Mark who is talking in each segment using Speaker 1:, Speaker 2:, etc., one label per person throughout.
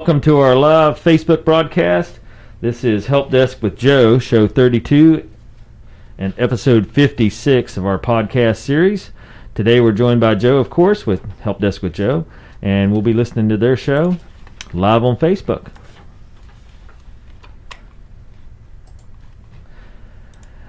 Speaker 1: welcome to our live Facebook broadcast. This is Help Desk with Joe, show 32 and episode 56 of our podcast series. Today we're joined by Joe, of course, with Help Desk with Joe, and we'll be listening to their show live on Facebook.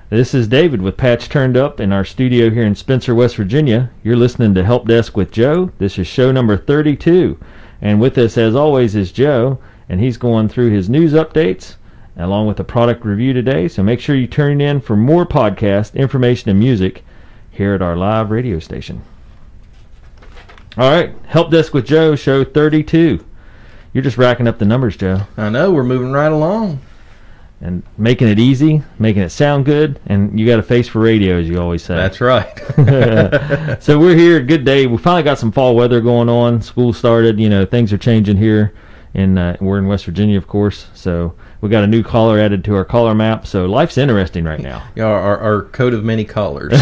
Speaker 1: This is David with Patch Turned Up in our studio here in Spencer, West Virginia. You're listening to Help Desk with Joe. This is show number 32. And with us, as always, is Joe, and he's going through his news updates along with a product review today. So make sure you tune in for more podcast information and music here at our live radio station. All right, Help Desk with Joe, show 32. You're just racking up the numbers, Joe,
Speaker 2: I know we're moving right along.
Speaker 1: and making it easy, making it sound good, and you got a face for radio, as you always say.
Speaker 2: That's right.
Speaker 1: so we're here. Good day. We finally got some fall weather going on. School started. You know, things are changing here, and uh, we're in West Virginia, of course. So we got a new caller added to our caller map. So life's interesting right now.
Speaker 2: Yeah, our, our, our coat of many colors.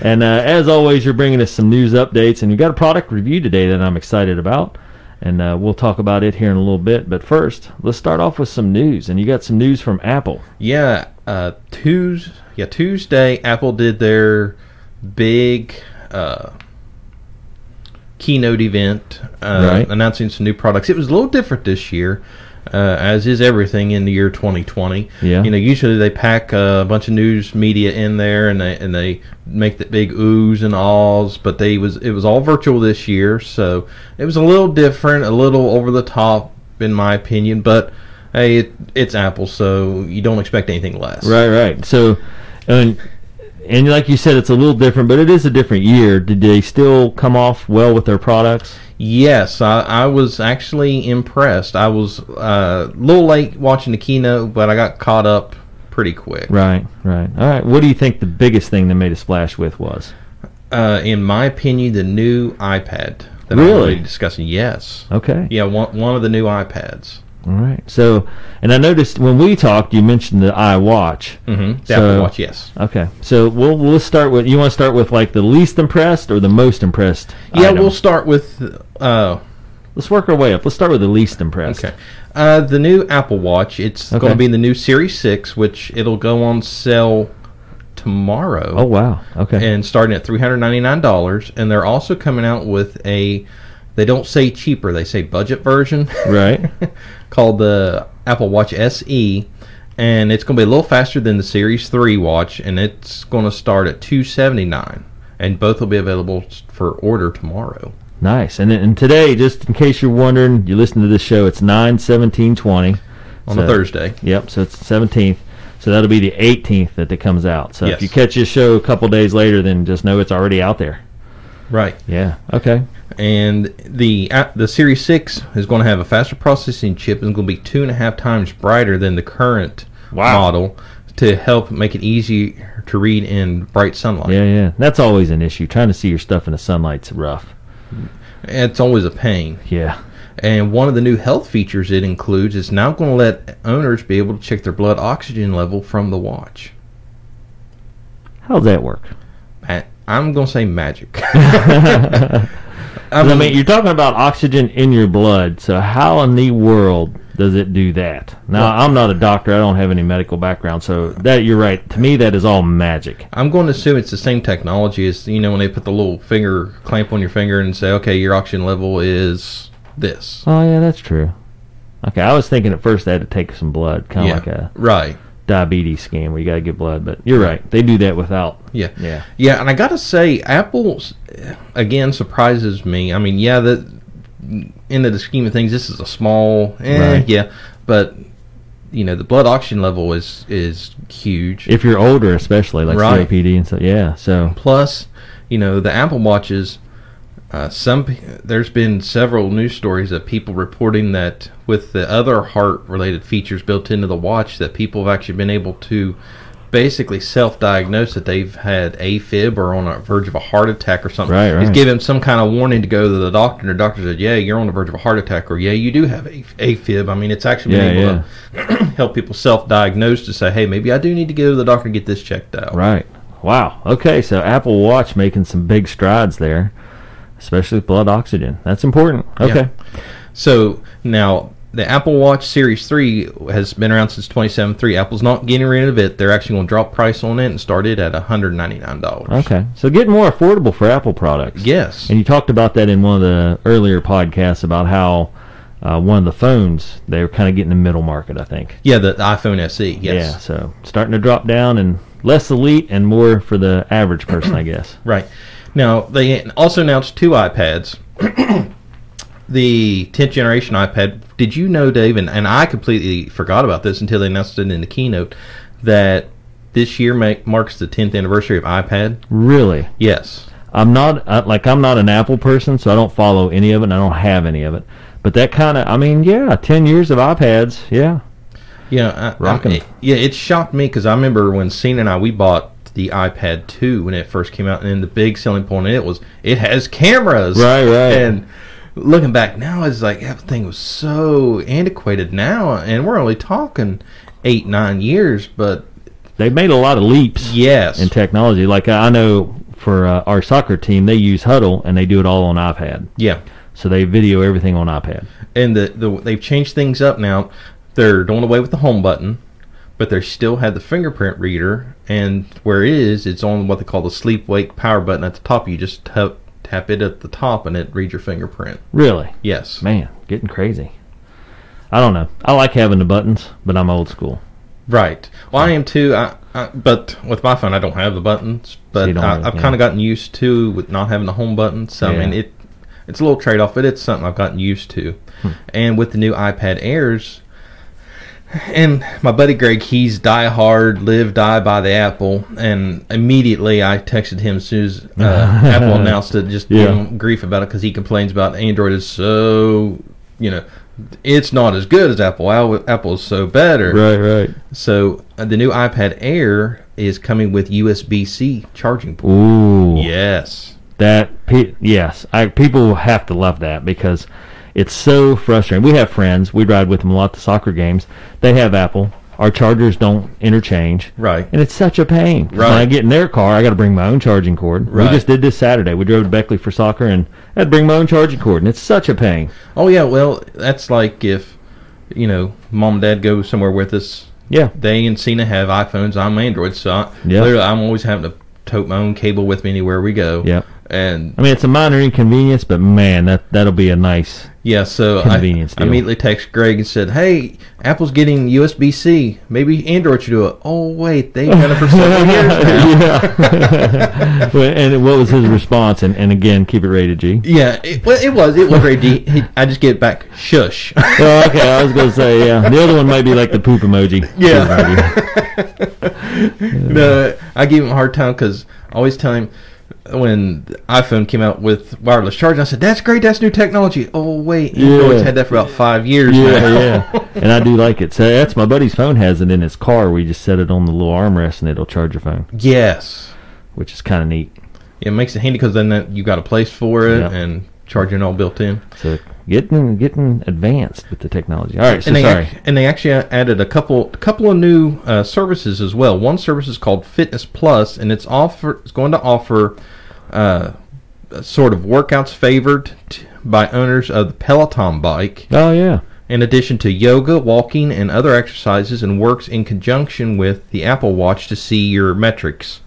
Speaker 1: And uh, as always, you're bringing us some news updates, and you got a product review today that I'm excited about, and uh, we'll talk about it here in a little bit. But first, let's start off with some news, and you got some news from Apple.
Speaker 2: yeah, uh, Tues yeah Tuesday, Apple did their big uh, keynote event, uh,
Speaker 1: Right.
Speaker 2: announcing some new products. It was a little different this year. Uh, as is everything in the year 2020.
Speaker 1: Yeah.
Speaker 2: You know, usually they pack uh, a bunch of news media in there, and they and they make the big oohs and ahs. But they was it was all virtual this year, so it was a little different, a little over the top, in my opinion. But hey, it, it's Apple, so you don't expect anything less.
Speaker 1: Right, right. So, and and like you said, it's a little different, but it is a different year. Did they still come off well with their products?
Speaker 2: Yes, I, I was actually impressed. I was uh, a little late watching the keynote, but I got caught up pretty quick.
Speaker 1: Right, right. All right. What do you think the biggest thing they made a splash with was?
Speaker 2: Uh, in my opinion, the new iPad that
Speaker 1: Really?
Speaker 2: I'm already discussing. Yes.
Speaker 1: Okay.
Speaker 2: Yeah, one, one of the new iPads.
Speaker 1: All right. So, and I noticed when we talked, you mentioned the iWatch.
Speaker 2: Mm-hmm. The
Speaker 1: So-
Speaker 2: Apple Watch, yes.
Speaker 1: Okay. So we'll we'll start with you want to start with like the least impressed or the most impressed.
Speaker 2: Yeah,
Speaker 1: item?
Speaker 2: we'll start with. Uh,
Speaker 1: let's work our way up. Let's start with the least impressed.
Speaker 2: okay. Uh, the new Apple Watch. It's
Speaker 1: Okay.
Speaker 2: going to be the new Series 6, which it'll go on sale tomorrow.
Speaker 1: Oh wow. Okay.
Speaker 2: and starting at three hundred ninety nine dollars. And they're also coming out with a they don't say cheaper, they say budget version
Speaker 1: right.
Speaker 2: called the Apple Watch SE, and it's going to be a little faster than the Series Three watch, and it's going to start at two seventy nine. And both will be available s- for order tomorrow.
Speaker 1: Nice. And and today, just in case you're wondering, you listen to this show. It's nine seventeen twenty
Speaker 2: On a Thursday,
Speaker 1: Yep. So it's seventeenth. So that'll be the eighteenth that it comes out. So if
Speaker 2: Yes.
Speaker 1: you catch this show a couple days later, then just know it's already out there.
Speaker 2: right?
Speaker 1: Yeah. Okay.
Speaker 2: And the uh, the Series Six is going to have a faster processing chip and going to be two and a half times brighter than the current
Speaker 1: Wow.
Speaker 2: model to help make it easier to read in bright sunlight.
Speaker 1: Yeah, yeah. That's always an issue. Trying to see your stuff in the sunlight's rough.
Speaker 2: It's always a pain.
Speaker 1: Yeah.
Speaker 2: And one of the new health features it includes is now going to let owners be able to check their blood oxygen level from the watch.
Speaker 1: How's that work?
Speaker 2: Ma- I'm going to say magic.
Speaker 1: 'Cause, I mean, you're talking about oxygen in your blood. So how in the world does it do that? Now, I'm not a doctor. I don't have any medical background. So that you're right. To me, that is all magic.
Speaker 2: I'm going to assume it's the same technology as you know when they put the little finger clamp on your finger and say, okay, your oxygen level is this.
Speaker 1: Oh yeah, that's true. Okay, I was thinking at first they had to take some blood, kind of like a
Speaker 2: right.
Speaker 1: diabetes scan where you gotta get blood. But you're right. They do that without.
Speaker 2: Yeah.
Speaker 1: Yeah.
Speaker 2: Yeah, and I gotta say, Apple eh, again surprises me. I mean, yeah, that into the scheme of things, this is a small, eh,
Speaker 1: Right.
Speaker 2: yeah, but you know, the blood oxygen level is is huge.
Speaker 1: If you're older, especially like
Speaker 2: Right.
Speaker 1: COPD and stuff. Yeah. So
Speaker 2: Plus, you know, the Apple watches. Uh, some pe- there's been several news stories of people reporting that with the other heart-related features built into the watch, that people have actually been able to basically self-diagnose that they've had AFib or on a verge of a heart attack or something.
Speaker 1: Right, right.
Speaker 2: It's given some kind of warning to go to the doctor, and the doctor said, "Yeah, you're on the verge of a heart attack," or "Yeah, you do have A- AFib." I mean, it's actually been
Speaker 1: Yeah,
Speaker 2: able to help people self-diagnose to say, "Hey, maybe I do need to go to the doctor and get this checked out."
Speaker 1: Right. Wow. Okay. So Apple Watch making some big strides there, especially with blood oxygen. That's important. Okay.
Speaker 2: So now the Apple Watch Series 3 has been around since 2073. Apple's not getting rid of it. They're actually going to drop price on it and start it at $199.
Speaker 1: Okay. So getting more affordable for Apple products.
Speaker 2: Yes.
Speaker 1: And you talked about that in one of the earlier podcasts about how uh, one of the phones, they were kind of getting the middle market, I think.
Speaker 2: Yeah, the, the iPhone SE. Yes.
Speaker 1: Yeah. So starting to drop down and less elite and more for the average person, I guess.
Speaker 2: Right. Now, they also announced two iPads. the 10th generation iPad, did you know, Dave, and, and I completely forgot about this until they announced it in the keynote, that this year make, marks the 10th anniversary of iPad?
Speaker 1: Really.
Speaker 2: Yes.
Speaker 1: I'm not uh, like I'm not an Apple person, so I don't follow any of it. and I don't have any of it. But that kind of, I mean, yeah, ten years of iPads, yeah,
Speaker 2: Yeah, I,
Speaker 1: Rockin'.
Speaker 2: I- it- yeah, it shocked me because I remember when Cena and I we bought the iPad 2 when it first came out, and then the big selling point of it was it has cameras.
Speaker 1: Right, right.
Speaker 2: And looking back now, it's like that thing was so antiquated now, and we're only talking eight nine years. But
Speaker 1: they've made a lot of leaps
Speaker 2: yes,
Speaker 1: in technology. Like I know for uh, our soccer team, they use Huddle and they do it all on iPad,
Speaker 2: yeah,
Speaker 1: so they video everything on iPad.
Speaker 2: and the, the they've changed things up now. They're doing away with the home button, but they still have the fingerprint reader. And where it is, it's on what they call the sleep wake power button at the top. You just tap tap it at the top, and it reads your fingerprint.
Speaker 1: Really,
Speaker 2: Yes.
Speaker 1: man, getting crazy. I don't know. I like having the buttons, but I'm old school.
Speaker 2: Right. Well, I am too. I, I but with my phone, I don't have the buttons.
Speaker 1: you
Speaker 2: But
Speaker 1: don't
Speaker 2: I,
Speaker 1: have-
Speaker 2: I've
Speaker 1: yeah.
Speaker 2: kind of gotten used to with not having the home button. So
Speaker 1: Yeah.
Speaker 2: I mean, it it's a little trade off, but it's something I've gotten used to.
Speaker 1: Hmm.
Speaker 2: And with the new iPad Airs, and my buddy Greg, he's die hard, live die by the Apple. And immediately, I texted him as soon as uh, Apple announced it, just
Speaker 1: Yeah.
Speaker 2: gave him grief about it because he complains about Android is so you know. It's not as good as Apple. Al- Apple is so better.
Speaker 1: right.
Speaker 2: So uh, the new iPad Air is coming with USB-C charging port.
Speaker 1: Ooh,
Speaker 2: Yes.
Speaker 1: That pe- yes, I, people have to love that because it's so frustrating. We have friends we ride with them a lot to soccer games. They have Apple. Our chargers don't interchange,
Speaker 2: Right.
Speaker 1: and it's such a pain. 'Cause When I
Speaker 2: Right.
Speaker 1: get in their car, I got to bring my own charging cord.
Speaker 2: Right.
Speaker 1: We just did this Saturday. We drove to Beckley for soccer, and I had to bring my own charging cord, and it's such a pain.
Speaker 2: Oh yeah. Well, that's like if you know mom and dad go somewhere with us.
Speaker 1: Yeah,
Speaker 2: They and Cena have iPhones. I'm Android, so I,
Speaker 1: Yeah.
Speaker 2: literally I'm always having to tote my own cable with me anywhere we go.
Speaker 1: Yeah.
Speaker 2: And
Speaker 1: I mean it's a minor inconvenience, but man, that that'll be a nice.
Speaker 2: yeah, so I,
Speaker 1: Convenience
Speaker 2: I
Speaker 1: deal.
Speaker 2: immediately text Greg and said, "Hey, Apple's getting USB-C. Maybe Android should do it." Oh wait, they've done it for several years now.
Speaker 1: yeah. Well, and what was his response? And, and again, keep it rated G.
Speaker 2: Yeah, it, well, it was. It was very deep. I just get back, shush.
Speaker 1: Oh, okay, I was gonna say yeah. The other one might be like the poop emoji.
Speaker 2: Yeah. no, I gave him a hard time because I always tell him when the iPhone came out with wireless charging, I said, that's great, that's new technology. Oh, wait, Android's
Speaker 1: Yeah.
Speaker 2: had that for about five years
Speaker 1: yeah,
Speaker 2: now.
Speaker 1: yeah. And I do like it. So that's my buddy's phone has it in his car. We just set it on the little armrest and it'll charge your phone,
Speaker 2: Yes.
Speaker 1: which is kind of neat.
Speaker 2: It makes it handy because then that, you got a place for it
Speaker 1: Yeah.
Speaker 2: and charging all built in.
Speaker 1: So getting getting advanced with the technology. All right, so
Speaker 2: and they
Speaker 1: sorry.
Speaker 2: ac- and they actually added a couple couple of new uh, services as well. One service is called Fitness Plus, and it's offer it's going to offer uh, a sort of workouts favored t- by owners of the Peloton bike,
Speaker 1: oh yeah,
Speaker 2: in addition to yoga, walking, and other exercises, and works in conjunction with the Apple Watch to see your metrics.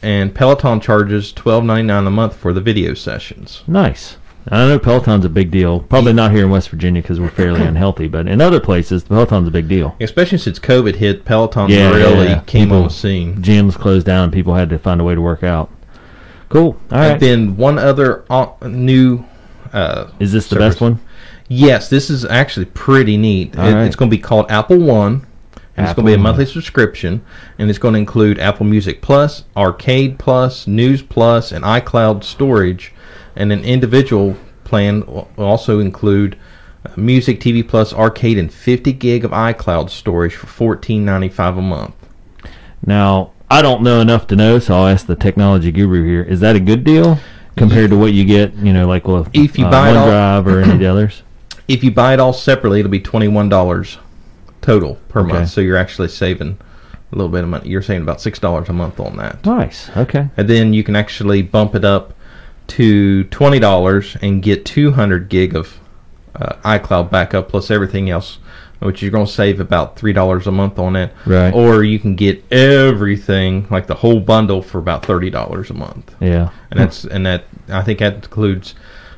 Speaker 2: And Peloton charges twelve ninety nine a month for the video sessions.
Speaker 1: nice. I know Peloton's a big deal. Probably not here in West Virginia because we're fairly unhealthy, but in other places, Peloton's a big deal.
Speaker 2: Especially since COVID hit, Peloton
Speaker 1: Yeah,
Speaker 2: really
Speaker 1: yeah.
Speaker 2: came on
Speaker 1: People-
Speaker 2: the scene.
Speaker 1: Gyms closed down, and people had to find a way to work out. Cool. All
Speaker 2: And
Speaker 1: right.
Speaker 2: then one other o- new. Uh,
Speaker 1: Is this the
Speaker 2: service.
Speaker 1: best one?
Speaker 2: Yes, this is actually pretty neat. It,
Speaker 1: All right.
Speaker 2: It's going to be called Apple One, and it's
Speaker 1: Apple
Speaker 2: going to be a
Speaker 1: One.
Speaker 2: monthly subscription, and it's going to include Apple Music Plus, Arcade Plus, News Plus, and iCloud storage, and an individual plan will also include uh, music, TV Plus, Arcade, and 50 gig of iCloud storage for 14.95 a month.
Speaker 1: Now, I don't know enough to know, so I'll ask the technology guru here. Is that a good deal compared to what you get, you know, like with
Speaker 2: If you
Speaker 1: uh,
Speaker 2: buy it all-
Speaker 1: OneDrive or any of the others?
Speaker 2: If you buy it all separately, it'll be twenty one dollars total per
Speaker 1: Okay.
Speaker 2: month. So you're actually saving a little bit of money. You're saving about six dollars a month on that,
Speaker 1: Nice. Okay.
Speaker 2: and then you can actually bump it up to twenty dollars and get two hundred gig of uh, iCloud backup plus everything else, which you're going to save about three dollars a month on it.
Speaker 1: Right.
Speaker 2: Or you can get everything, like the whole bundle, for about thirty dollars a month,
Speaker 1: Yeah.
Speaker 2: and that's and that I think that includes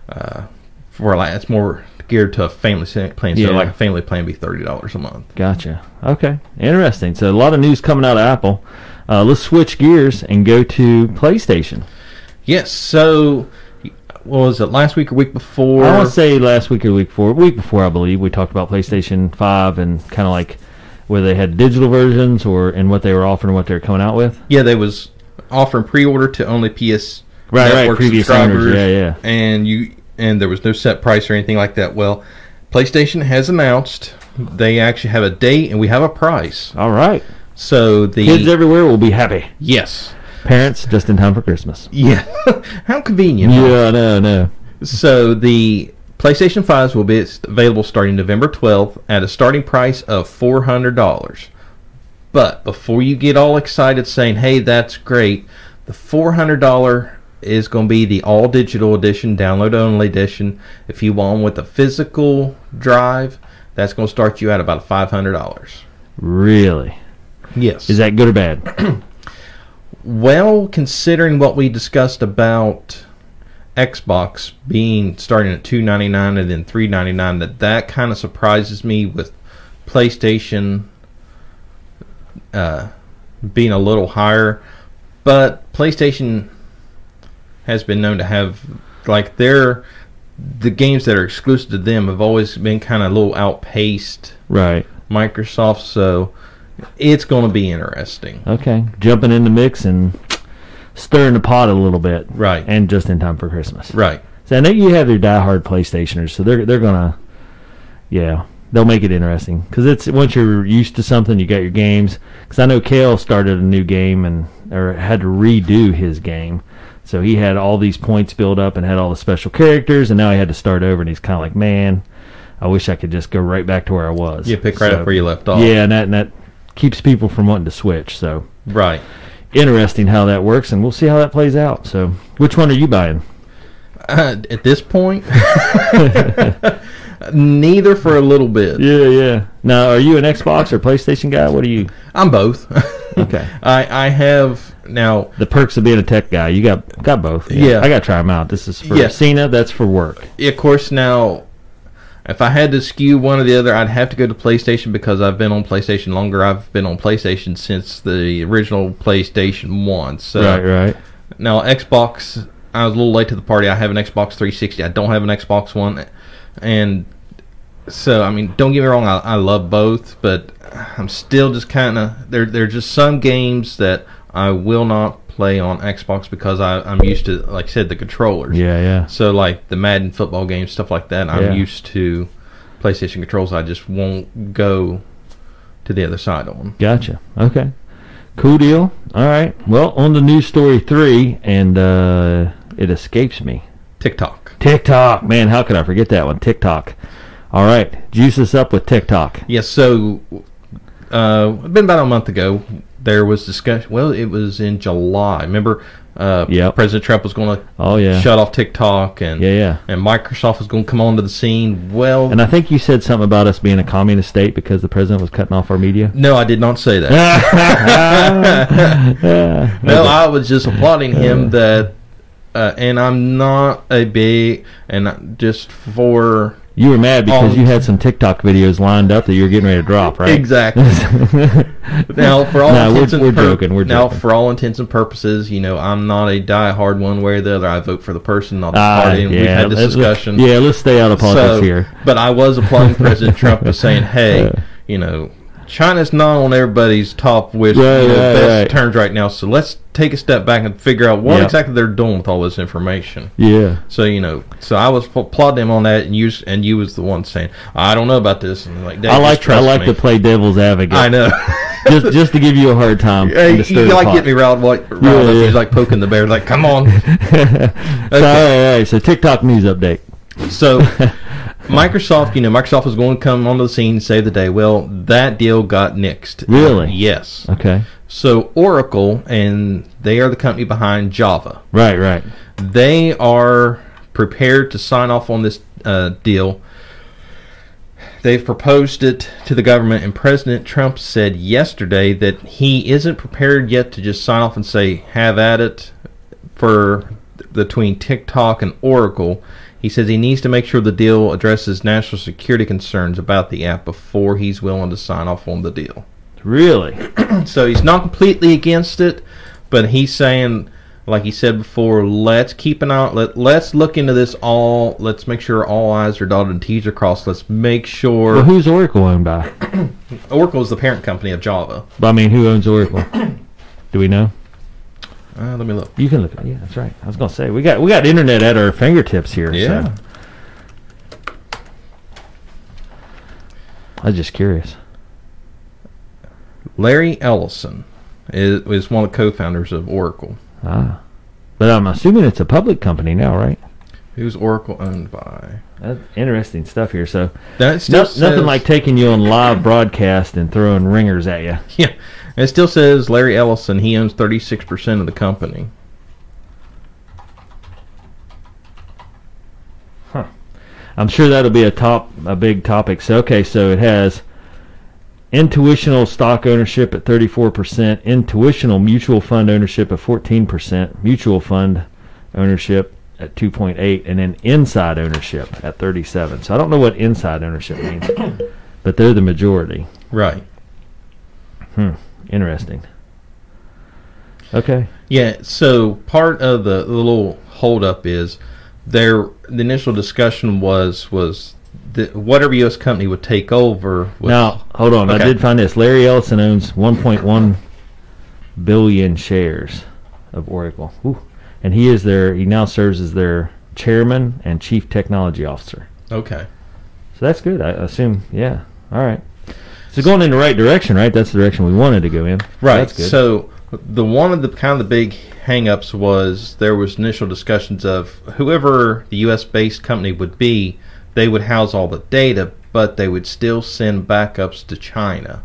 Speaker 2: uh, for like it's more geared to a family se- plan. So
Speaker 1: Yeah.
Speaker 2: like a family plan would be thirty dollars a month.
Speaker 1: Gotcha. Okay. Interesting. So a lot of news coming out of Apple. Uh, let's switch gears and go to PlayStation.
Speaker 2: Yes. So what was it last week or week before?
Speaker 1: I want to say last week or week before, week before I believe we talked about PlayStation Five and kind of like whether they had digital versions or and what they were offering, what they were coming out with.
Speaker 2: Yeah, they was offering pre-order to only PS
Speaker 1: Right, right,
Speaker 2: network
Speaker 1: previous
Speaker 2: subscribers.
Speaker 1: owners, yeah, yeah.
Speaker 2: And you and there was no set price or anything like that. Well, PlayStation has announced they actually have a date and we have a price.
Speaker 1: All right,
Speaker 2: So the
Speaker 1: kids everywhere will be happy.
Speaker 2: yes,
Speaker 1: Parents, just in time for Christmas.
Speaker 2: yeah, how convenient.
Speaker 1: Yeah, no, no.
Speaker 2: So the PlayStation 5s will be available starting November 12th at a starting price of $400. But before you get all excited saying, "Hey, that's great," the $400 is going to be the all digital edition, download only edition. If you want one with a physical drive, that's going to start you at about $500.
Speaker 1: Really,
Speaker 2: Yes.
Speaker 1: is that good or bad?
Speaker 2: Well, considering what we discussed about Xbox being starting at two ninety nine and then three ninety nine, that that kind of surprises me with PlayStation uh, being a little higher. But PlayStation has been known to have like their the games that are exclusive to them have always been kind of a little outpaced
Speaker 1: Right.
Speaker 2: Microsoft, so it's going to be interesting.
Speaker 1: Okay. Jumping in the mix and stirring the pot a little bit.
Speaker 2: Right.
Speaker 1: And just in time for Christmas.
Speaker 2: Right.
Speaker 1: So I know you have your diehard PlayStationers, so they're they're gonna, yeah, they'll make it interesting because it's once you're used to something, you got your games. Because I know Kale started a new game and or had to redo his game, so he had all these points built up and had all the special characters, and now he had to start over, and he's kind of like, man, I wish I could just go right back to where I was.
Speaker 2: You pick right
Speaker 1: So-
Speaker 2: up where you left off.
Speaker 1: Yeah, and that and that keeps people from wanting to switch. So
Speaker 2: Right.
Speaker 1: interesting how that works, and we'll see how that plays out. So which one are you buying?
Speaker 2: Uh, at this point, neither for a little bit.
Speaker 1: Yeah, yeah. Now, are you an Xbox or PlayStation guy? What are you?
Speaker 2: I'm both.
Speaker 1: Okay.
Speaker 2: I I have now.
Speaker 1: The perks of being a tech guy. You got got both.
Speaker 2: Yeah.
Speaker 1: I got to try them out. This is for
Speaker 2: Yeah.
Speaker 1: Cena. That's for work.
Speaker 2: Of course, now if I had to skew one or the other, I'd have to go to PlayStation because I've been on PlayStation longer. I've been on PlayStation since the original PlayStation One. So
Speaker 1: right.
Speaker 2: Now Xbox, I was a little late to the party. I have an Xbox 360. I don't have an Xbox One, and so I mean, don't get me wrong. I, I love both, but I'm still just kind of there. There are just some games that I will not play on Xbox because I, I'm used to, like I said, the controllers.
Speaker 1: Yeah, yeah.
Speaker 2: So like the Madden football games, stuff like that. I'm
Speaker 1: Yeah.
Speaker 2: used to PlayStation controls. I just won't go to the other side on. 'em.
Speaker 1: Gotcha. Okay. Cool deal. All right. Well, on the news story three, and uh, it escapes me.
Speaker 2: TikTok.
Speaker 1: TikTok. Man, how could I forget that one? TikTok. All right. Juice us up with TikTok.
Speaker 2: Yes, so uh, been about a month ago. There was discussion. Well, it was in July. Remember, uh,
Speaker 1: Yep.
Speaker 2: President Trump was going to
Speaker 1: Oh yeah.
Speaker 2: shut off TikTok, and
Speaker 1: Yeah, yeah.
Speaker 2: and Microsoft was going to come onto the scene. Well,
Speaker 1: And I think you said something about us being a communist state because the president was cutting off our media.
Speaker 2: no, I did not say that. no, I was just applauding him that, uh, and I'm not a big and I- just for
Speaker 1: You were mad because
Speaker 2: Um,
Speaker 1: you had some TikTok videos lined up that you were getting ready to drop, right?
Speaker 2: exactly. now for all
Speaker 1: No, we're-
Speaker 2: intents
Speaker 1: we're
Speaker 2: and pur-
Speaker 1: joking, we're
Speaker 2: now
Speaker 1: joking.
Speaker 2: for all intents and purposes, you know, I'm not a diehard one way or the other. I vote for the person, not the
Speaker 1: Ah,
Speaker 2: party. And we've had this
Speaker 1: let's-
Speaker 2: discussion.
Speaker 1: Yeah, let's stay out of politics
Speaker 2: so,
Speaker 1: here.
Speaker 2: but I was applauding President Trump for saying, "Hey, you know, China's not on everybody's top wish
Speaker 1: Right,
Speaker 2: you know,
Speaker 1: right,
Speaker 2: best
Speaker 1: right.
Speaker 2: terms right now. So let's take a step back and figure out what
Speaker 1: Yeah.
Speaker 2: exactly they're doing with all this information."
Speaker 1: Yeah.
Speaker 2: So you know, so I was applauding him on that, and you s- and you was the one saying, "I don't know about this." And like,
Speaker 1: I
Speaker 2: "Dave, just
Speaker 1: like I
Speaker 2: trust
Speaker 1: like
Speaker 2: me."
Speaker 1: to play devil's advocate.
Speaker 2: I know.
Speaker 1: just just to give you a hard time.
Speaker 2: Hey,
Speaker 1: and to stir
Speaker 2: Uh, you
Speaker 1: the
Speaker 2: like
Speaker 1: pot.
Speaker 2: getting me riled, like, riled
Speaker 1: Yeah,
Speaker 2: up.
Speaker 1: yeah.
Speaker 2: He's like poking the bear, like, come on.
Speaker 1: So, all right, all right, so TikTok news update.
Speaker 2: so, Microsoft, you know, Microsoft was going to come onto the scene and save the day. Well, that deal got nixed.
Speaker 1: Really?
Speaker 2: Yes.
Speaker 1: Okay.
Speaker 2: So, Oracle, and they are the company behind Java,
Speaker 1: Right, right.
Speaker 2: they are prepared to sign off on this uh, deal They've proposed it to the government, and President Trump said yesterday that he isn't prepared yet to just sign off and say, have at it for between TikTok and Oracle. He says he needs to make sure the deal addresses national security concerns about the app before he's willing to sign off on the deal.
Speaker 1: Really?
Speaker 2: Er- So he's not completely against it, but he's saying, like he said before, let's keep an eye. Let, let's look into this all. Let's make sure all I's are dotted and T's are crossed. Let's make
Speaker 1: Well,
Speaker 2: sure
Speaker 1: who's Oracle owned by?
Speaker 2: Oracle is the parent company of Java.
Speaker 1: But I mean, who owns Oracle? Do we know?
Speaker 2: Uh, let me look.
Speaker 1: You can look. it up. Yeah, that's right. I was gonna say we got we got internet at our fingertips here.
Speaker 2: Yeah.
Speaker 1: So. I was just curious.
Speaker 2: Larry Ellison is, is one of the co-founders of Oracle.
Speaker 1: Ah, but I'm assuming it's a public company now, right?
Speaker 2: Who's Oracle owned by?
Speaker 1: That's interesting stuff here. So
Speaker 2: That still
Speaker 1: no,
Speaker 2: says-
Speaker 1: nothing like taking you on live broadcast and throwing ringers at you.
Speaker 2: yeah. It still says Larry Ellison. He owns thirty six percent of the company.
Speaker 1: I'm sure that'll be a top a big topic. So okay, so it has intuitional stock ownership at 34%, intuitional mutual fund ownership at 14%, mutual fund ownership at 2.8 and then inside ownership at 37. So I don't know what inside ownership means, but they're the majority.
Speaker 2: Right.
Speaker 1: Interesting. Okay.
Speaker 2: Yeah, so part of the, the little holdup is there. The initial discussion was was that whatever U.S. company would take over. Was,
Speaker 1: Now, hold on. I
Speaker 2: Okay.
Speaker 1: did find this. Larry Ellison owns 1.1 billion shares of Oracle. Ooh. And he is their he now serves as their chairman and chief technology officer.
Speaker 2: okay,
Speaker 1: So that's good. I assume. Yeah. All right. So going in the right direction, right? That's the direction we wanted to go in.
Speaker 2: right.
Speaker 1: That's good.
Speaker 2: So the one of the kind of the big hangups was there was initial discussions of whoever the U.S. based company would be, they would house all the data, but they would still send backups to China.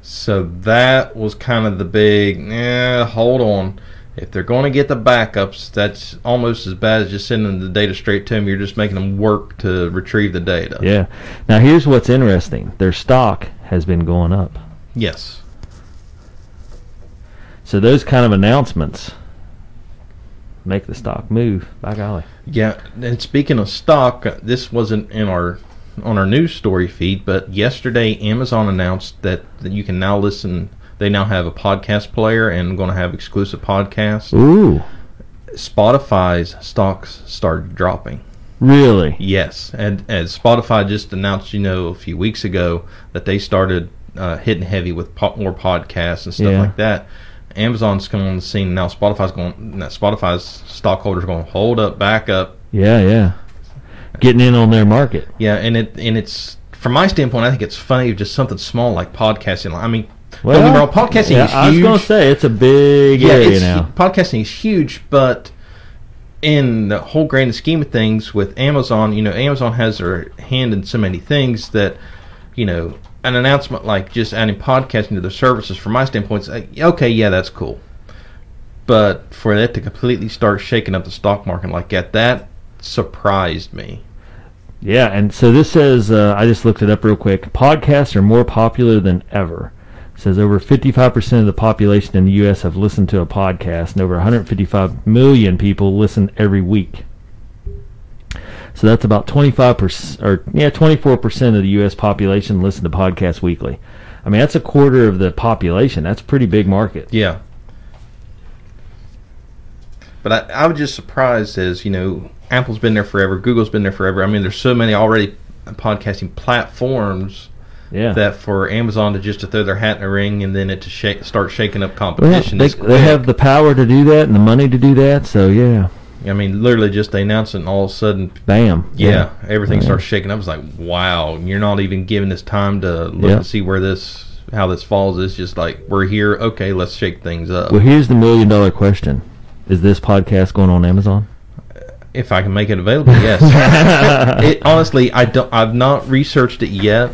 Speaker 2: So that was kind of the big, eh, hold on. If they're going to get the backups, that's almost as bad as just sending the data straight to them. You're just making them work to retrieve the data.
Speaker 1: yeah. Now here's what's interesting. Their stock has been going up.
Speaker 2: Yes.
Speaker 1: So those kind of announcements make the stock move. By golly.
Speaker 2: Yeah. And speaking of stock, this wasn't in our on our news story feed, but yesterday Amazon announced that, that you can now listen. They now have a podcast player and going to have exclusive podcasts.
Speaker 1: Ooh.
Speaker 2: Spotify's stocks started dropping.
Speaker 1: Really?
Speaker 2: Yes, and and Spotify just announced, you know, a few weeks ago that they started uh, hitting heavy with po- more podcasts and stuff
Speaker 1: Yeah.
Speaker 2: like that. Amazon's coming on the scene now. Spotify's going. Now Spotify's stockholders are going to hold up, back up.
Speaker 1: Yeah, yeah. Getting in on their market.
Speaker 2: Yeah, and it and it's from my standpoint, I think it's funny just something small like podcasting. I mean, well, don't get me wrong, podcasting
Speaker 1: yeah,
Speaker 2: is huge.
Speaker 1: I was gonna say it's a big area
Speaker 2: it's-
Speaker 1: now.
Speaker 2: Podcasting is huge, but in the whole grand scheme of things, with Amazon, you know, Amazon has their hand in so many things that, you know, an announcement like just adding podcasting to their services, from my standpoint, it's like, okay, yeah, that's cool. But for that to completely start shaking up the stock market like that, that surprised me.
Speaker 1: Yeah, and so this says uh, I just looked it up real quick. Podcasts are more popular than ever. It says over 55% of the population in the U.S. have listened to a podcast, and over 155 million people listen every week. So that's about 25% or yeah, 24% of the U.S. population listen to podcasts weekly. I mean, that's a quarter of the population. That's a pretty big market.
Speaker 2: Yeah. But I, I was just surprised as, you know, Apple's been there forever, Google's been there forever. I mean, there's so many already podcasting platforms
Speaker 1: Yeah.
Speaker 2: that for Amazon to just to throw their hat in the ring and then it to shake, start shaking up
Speaker 1: Well, yeah,
Speaker 2: competition.
Speaker 1: they,
Speaker 2: is
Speaker 1: they have the power to do that and the money to do that. So yeah,
Speaker 2: I mean, literally just they announce it and all of a sudden,
Speaker 1: bam.
Speaker 2: yeah, everything starts shaking up. It's like, wow, you're not even giving us time to look
Speaker 1: Yeah.
Speaker 2: and see where this, how this falls. It's just like, we're here. Okay, let's shake things up.
Speaker 1: Well, here's the million dollar question: Is this podcast going on Amazon?
Speaker 2: If I can make it available, yes. it, honestly, I don't. I've not researched it yet.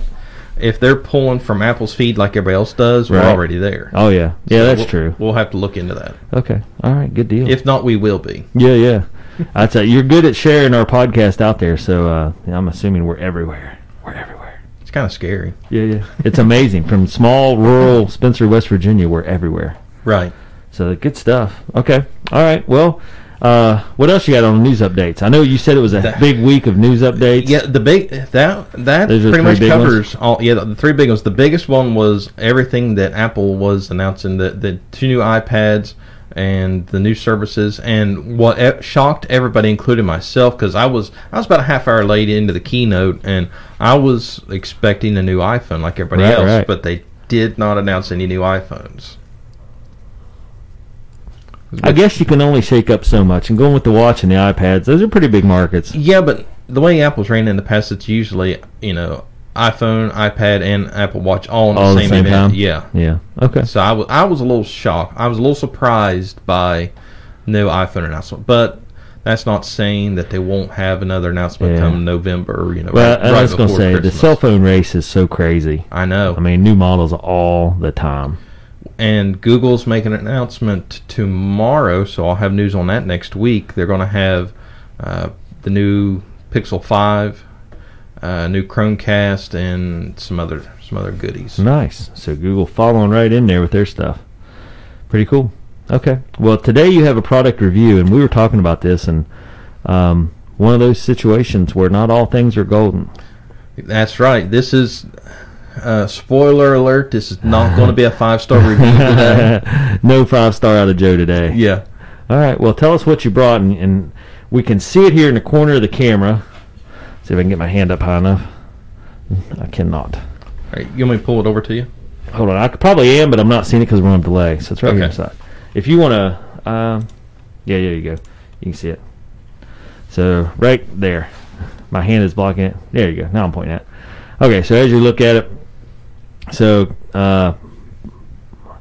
Speaker 2: If they're pulling from Apple's feed like everybody else does, we're
Speaker 1: Right.
Speaker 2: already there.
Speaker 1: Oh yeah, yeah, that's
Speaker 2: We'll-
Speaker 1: true.
Speaker 2: We'll have to look into that.
Speaker 1: Okay, all right, good deal.
Speaker 2: If not, we will be.
Speaker 1: yeah, yeah. I'd say you're good at sharing our podcast out there. So uh, yeah, I'm assuming we're everywhere. We're everywhere.
Speaker 2: It's kind of scary.
Speaker 1: Yeah, yeah. It's amazing. From small rural Spencer, West Virginia, we're everywhere.
Speaker 2: Right.
Speaker 1: So good stuff. Okay. All right. Well, uh, what else you got on news updates? I know you said it was a
Speaker 2: The-
Speaker 1: big week of news updates.
Speaker 2: Yeah, the big that that
Speaker 1: Those are the
Speaker 2: pretty much
Speaker 1: three big ones?
Speaker 2: covers all. Yeah, the, the three big ones. The biggest one was everything that Apple was announcing the the two new iPads and the new services, and what e- shocked everybody, including myself, because I was I was about a half hour late into the keynote, and I was expecting a new iPhone like everybody
Speaker 1: Right,
Speaker 2: else,
Speaker 1: right.
Speaker 2: but they did not announce any new iPhones.
Speaker 1: I guess you can only shake up so much. And going with the watch and the iPads, those are pretty big markets.
Speaker 2: Yeah, but the way Apple's ran in the past, it's usually you know iPhone, iPad, and Apple Watch all in
Speaker 1: All
Speaker 2: the
Speaker 1: the
Speaker 2: same,
Speaker 1: same
Speaker 2: event.
Speaker 1: time?
Speaker 2: Yeah.
Speaker 1: Yeah. Okay.
Speaker 2: So I was I was a little shocked. I was a little surprised by no iPhone announcement, but that's not saying that they won't have another announcement
Speaker 1: Yeah.
Speaker 2: come November. You know,
Speaker 1: Well, I- I was going to
Speaker 2: before
Speaker 1: say the
Speaker 2: Christmas.
Speaker 1: cell phone race is so crazy.
Speaker 2: I know,
Speaker 1: I mean, new models all the time.
Speaker 2: and Google's making an announcement tomorrow, so I'll have news on that next week. They're going to have uh, the new Pixel Five, uh, new Chromecast, and some other some other goodies.
Speaker 1: Nice. So Google following right in there with their stuff. Pretty cool. Okay. Well, today you have a product review, and we were talking about this, and um, one of those situations where not all things are golden.
Speaker 2: That's right. This is uh, spoiler alert. This is not going to be a five star review today.
Speaker 1: no five star out of Joe today.
Speaker 2: Yeah,
Speaker 1: All right. Well, tell us what you brought, and, and we can see it here in the corner of the camera. See if I can get my hand up high enough. I cannot.
Speaker 2: All right, you want me to pull it over to you?
Speaker 1: Hold on. I could- probably am, but I'm not seeing it because we're on delay. So it's right here
Speaker 2: Okay.
Speaker 1: inside. If you want to, um, yeah, there you go. You can see it. So right there, my hand is blocking it. There you go. Now I'm pointing at. it. Okay. So as you look at it, so uh,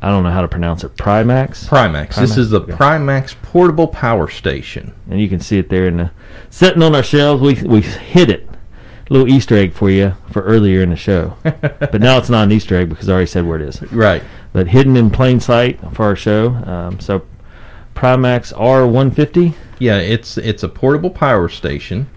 Speaker 1: I don't know how to pronounce it. Primax.
Speaker 2: Primax.
Speaker 1: Primax,
Speaker 2: This is the
Speaker 1: okay.
Speaker 2: Primax portable power station.
Speaker 1: and you can see it there in the sitting on our shelves. We we hid it, little Easter egg for you for earlier in the show, but now it's not an Easter egg because I already said where it is.
Speaker 2: Right.
Speaker 1: But hidden in plain sight for our show. Um, so Primax R150,
Speaker 2: Yeah, it's it's a portable power station.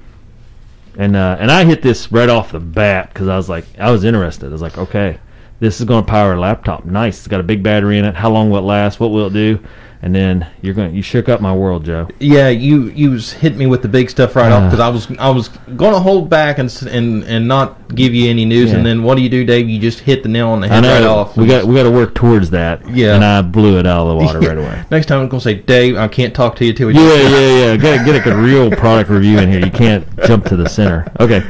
Speaker 1: and uh, and I hit this right off the bat because I was like I was interested. I was like, okay, this is going to power a laptop. Nice. It's got a big battery in it. How long will it last? What will it do? And then you're going to you shook up my world, Joe.
Speaker 2: Yeah, you you was hit me with the big stuff right off
Speaker 1: Ah.
Speaker 2: because I was I was gonna hold back and s- and and not give you any news,
Speaker 1: Yeah.
Speaker 2: and then what do you do, Dave? You just hit the nail on the
Speaker 1: I
Speaker 2: head
Speaker 1: know
Speaker 2: right off.
Speaker 1: we got we got to work towards that.
Speaker 2: Yeah.
Speaker 1: and I blew it out of the water
Speaker 2: Yeah.
Speaker 1: right away.
Speaker 2: Next time I'm gonna say, Dave, I can't talk to you till we.
Speaker 1: Yeah, yeah, yeah. Get a, get a good real product review in here. You can't jump to the center. Okay.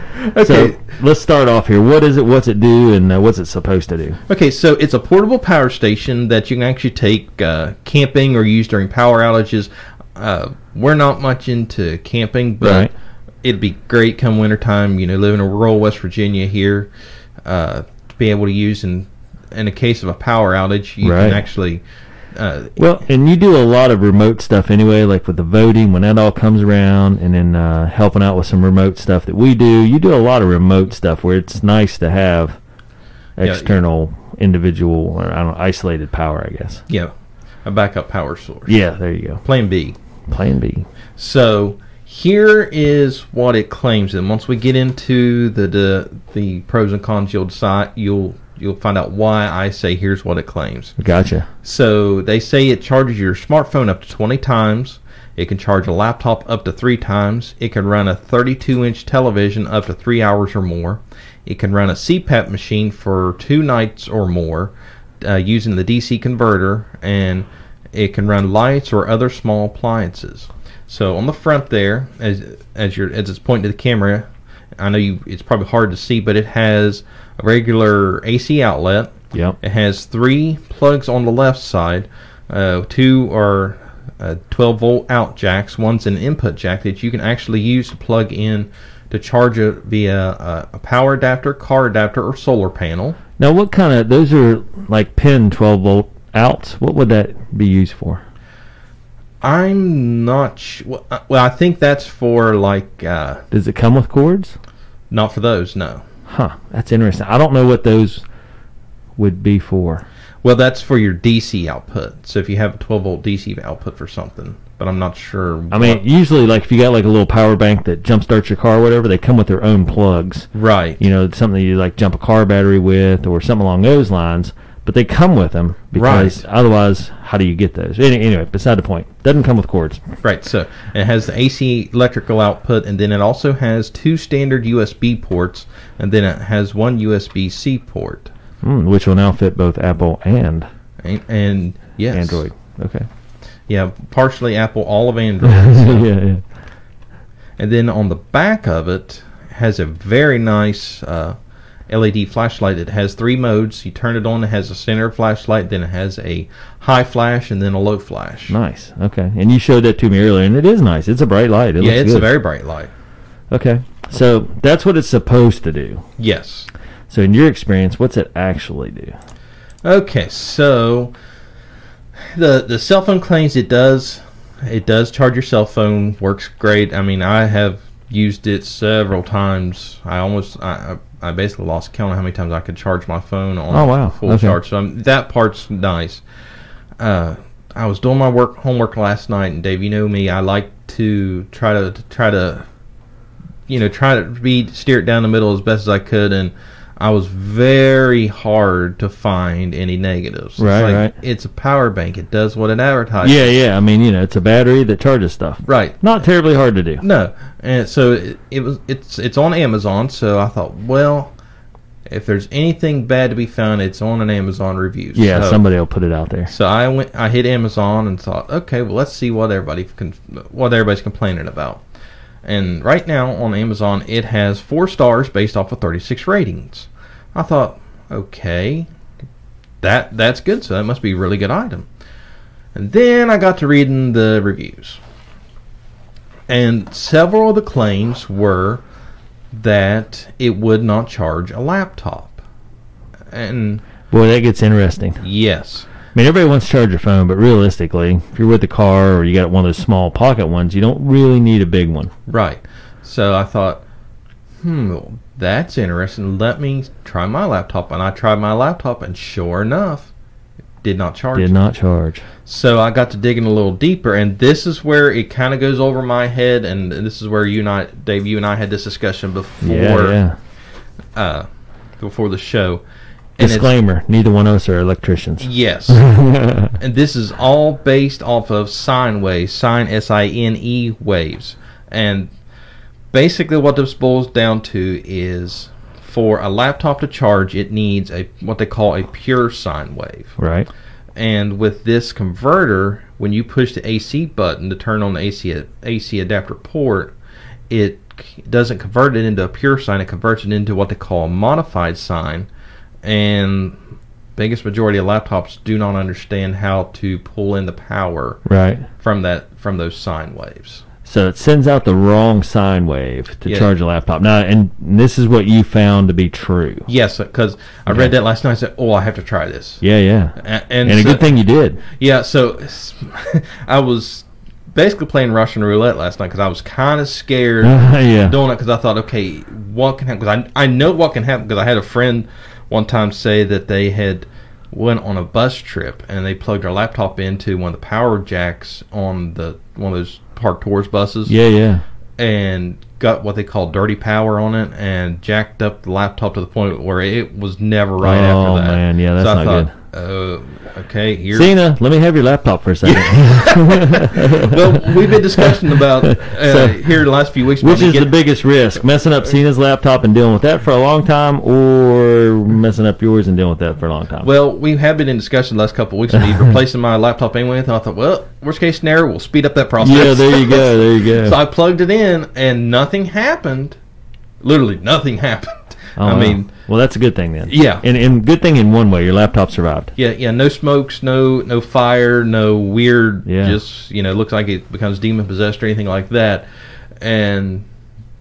Speaker 1: So
Speaker 2: Okay.
Speaker 1: let's start off here. What is it? What's it do? And uh, what's it supposed to do?
Speaker 2: Okay, so it's a portable power station that you can actually take uh, camping or use during power outages. Uh, we're not much into camping, but
Speaker 1: Right.
Speaker 2: it'd be great come wintertime. You know, living in rural West Virginia here, uh, to be able to use in in the case of a power outage, you
Speaker 1: Right.
Speaker 2: can actually. Uh,
Speaker 1: Well, and you do a lot of remote stuff anyway, like with the voting when that all comes around, and then uh, helping out with some remote stuff that we do. You do a lot of remote stuff where it's nice to have
Speaker 2: Yeah.
Speaker 1: external, individual, or I don't know, isolated power. I guess.
Speaker 2: yeah, a backup power source.
Speaker 1: Yeah. There you go.
Speaker 2: Plan B.
Speaker 1: Plan B.
Speaker 2: So here is what it claims, and once we get into the the, the pros and cons, you'll decide you'll you'll find out why I say here's what it claims.
Speaker 1: Gotcha.
Speaker 2: So they say it charges your smartphone up to 20 times. It can charge a laptop up to three times. It can run a 32 inch television up to three hours or more. It can run a CPAP machine for two nights or more uh, using the DC converter. And it can run lights or other small appliances. So on the front there, as as you're as it's pointing to the camera, I know you it's probably hard to see, but it has a regular AC outlet.
Speaker 1: Yep.
Speaker 2: It has three plugs on the left side. Uh, two are uh, 12 volt out jacks. One's an input jack that you can actually use to plug in to charge it via a, a power adapter, car adapter, or solar panel.
Speaker 1: Now, what kind of those are like pin twelve volt outs? What would that be used for?
Speaker 2: I'm not sh- well, I- well. I think that's for like uh,
Speaker 1: Does it come with cords?
Speaker 2: not for those. No.
Speaker 1: Huh, that's interesting. I don't know what those would be for.
Speaker 2: Well, that's for your DC output. So if you have a 12 volt DC output for something, but I'm not sure.
Speaker 1: I mean,
Speaker 2: what-
Speaker 1: usually, like if you got like a little power bank that jump starts your car or whatever, they come with their own plugs.
Speaker 2: right?
Speaker 1: You know, something you like jump a car battery with or something along those lines. But they come with them because otherwise, how do you get those? Any, anyway, beside the point, doesn't come with cords.
Speaker 2: Right, so it has the AC electrical output, and then it also has two standard USB ports, and then it has one USB C port.
Speaker 1: Mm, which will now fit both Apple and
Speaker 2: And, and yes,
Speaker 1: Android. Okay.
Speaker 2: Yeah, partially Apple, all of Android.
Speaker 1: yeah, yeah.
Speaker 2: and then on the back of it has a very nice uh, LED flashlight. It has three modes. You turn it on, it has a center flashlight, then it has a high flash, and then a low flash.
Speaker 1: Nice. Okay. And you showed that to me earlier, and it is nice. It's a bright light. It
Speaker 2: yeah,
Speaker 1: looks
Speaker 2: it's
Speaker 1: good.
Speaker 2: a very bright light.
Speaker 1: okay. So that's what it's supposed to do.
Speaker 2: Yes.
Speaker 1: So in your experience, what's it actually do?
Speaker 2: Okay, so the the cell phone claims it does it does charge your cell phone. Works great. I mean, I have used it several times. I almost I I I basically lost count of how many times I could charge my phone on
Speaker 1: Oh, wow.
Speaker 2: full
Speaker 1: Okay.
Speaker 2: charge. So I'm, that part's nice. Uh, I was doing my work homework last night, and Dave, you know me, I like to try to, to try to you know try to be steer it down the middle as best as I could, and I was very hard to find any negatives.
Speaker 1: Right,
Speaker 2: it's
Speaker 1: right.
Speaker 2: It's a power bank. It does what it advertises.
Speaker 1: Yeah, yeah. I mean, you know, it's a battery that charges stuff.
Speaker 2: Right.
Speaker 1: Not terribly hard to do.
Speaker 2: No, and so it, it was. It's it's on Amazon. So I thought, well, if there's anything bad to be found, it's on an Amazon review.
Speaker 1: Yeah,
Speaker 2: so,
Speaker 1: somebody will put it out there.
Speaker 2: So I went. I hit Amazon and thought, okay, well, let's see what everybody con- what everybody's complaining about. And right now on Amazon, it has four stars based off of 36 ratings. I thought, okay, that that's good. So that must be a really good item. And then I got to reading the reviews, and several of the claims were that it would not charge a laptop. And
Speaker 1: Boy, that gets interesting.
Speaker 2: yes,
Speaker 1: I mean, everybody wants to charge your phone, but realistically, if you're with the car or you got one of those small pocket ones, you don't really need a big one.
Speaker 2: Right. So I thought, hmm, that's interesting. Let me try my laptop. And I tried my laptop, and sure enough, it did not charge.
Speaker 1: Did not charge.
Speaker 2: So I got to digging a little deeper, and this is where it kind of goes over my head. And this is where you and I, Dave, you and I had this discussion before
Speaker 1: Yeah, yeah.
Speaker 2: Uh, before the show. And it's- Mm.
Speaker 1: Disclaimer: Neither one of us are electricians.
Speaker 2: Yes. and this is all based off of sine waves, sine S I N E waves. And basically what this boils down to is for a laptop to charge it needs a what they call a pure sine wave.
Speaker 1: Right.
Speaker 2: And with this converter, when you push the AC button to turn on the AC ad- AC adapter port, it c- doesn't convert it into a pure sine, it converts it into what they call a modified sine. And biggest majority of laptops do not understand how to pull in the power
Speaker 1: Right.
Speaker 2: from that from those sine waves.
Speaker 1: So it sends out the wrong sine wave to
Speaker 2: Yeah.
Speaker 1: charge a laptop. Now, and this is what you found to be true.
Speaker 2: Yes, because I read that last night. I said, "Oh, I have to try this."
Speaker 1: Yeah, yeah.
Speaker 2: A- And,
Speaker 1: And a
Speaker 2: so-
Speaker 1: good thing you did.
Speaker 2: Yeah, so I was basically playing Russian roulette last night because I was kind of scared
Speaker 1: yeah.
Speaker 2: doing it because I thought, okay, what can happen? Because I, I know what can happen because I had a friend one time say that they had went on a bus trip and they plugged their laptop into one of the power jacks on the one of those park tours buses
Speaker 1: Yeah, yeah.
Speaker 2: and got what they call dirty power on it and jacked up the laptop to the point where it was never right
Speaker 1: Oh,
Speaker 2: after that.
Speaker 1: man, yeah, that's
Speaker 2: so I
Speaker 1: not
Speaker 2: thought, Uh, okay, you're
Speaker 1: Cena, let me have your laptop for a second.
Speaker 2: well, we've been discussing about uh,
Speaker 1: So-
Speaker 2: here the last few weeks.
Speaker 1: Which
Speaker 2: about me
Speaker 1: is the
Speaker 2: getting-
Speaker 1: biggest risk? Messing up Cena's laptop and dealing with that for a long time, or messing up yours and dealing with that for a long time?
Speaker 2: Well, we have been in discussion the last couple of weeks of me replacing my laptop anyway. And I thought, well, worst case scenario, we'll speed up that process.
Speaker 1: yeah, there you go. There you go.
Speaker 2: so I plugged it in, and nothing happened. Literally, nothing happened.
Speaker 1: Oh,
Speaker 2: I
Speaker 1: wow.
Speaker 2: mean,
Speaker 1: well, that's a good thing then.
Speaker 2: Yeah.
Speaker 1: And, and good thing in one way, your laptop survived.
Speaker 2: yeah, yeah, no smokes, no no fire, no weird.
Speaker 1: Yeah.
Speaker 2: Just you know, looks like it becomes demon possessed or anything like that, and.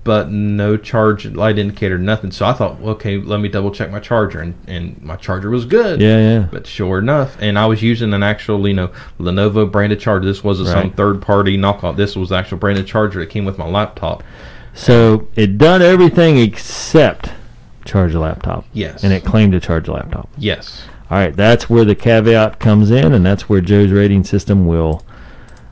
Speaker 2: But no charge light indicator, nothing. So I thought, well, okay, let me double check my charger, and, and my charger was good.
Speaker 1: Yeah, yeah.
Speaker 2: But sure enough, and I was using an actual, you know, Lenovo branded charger. This wasn't some
Speaker 1: Right.
Speaker 2: third party knockoff. This was the actual branded charger that came with my laptop.
Speaker 1: So it done everything except charge a laptop,
Speaker 2: Yes.
Speaker 1: and it claimed to charge a laptop.
Speaker 2: yes.
Speaker 1: All right, that's where the caveat comes in, and that's where Joe's rating system will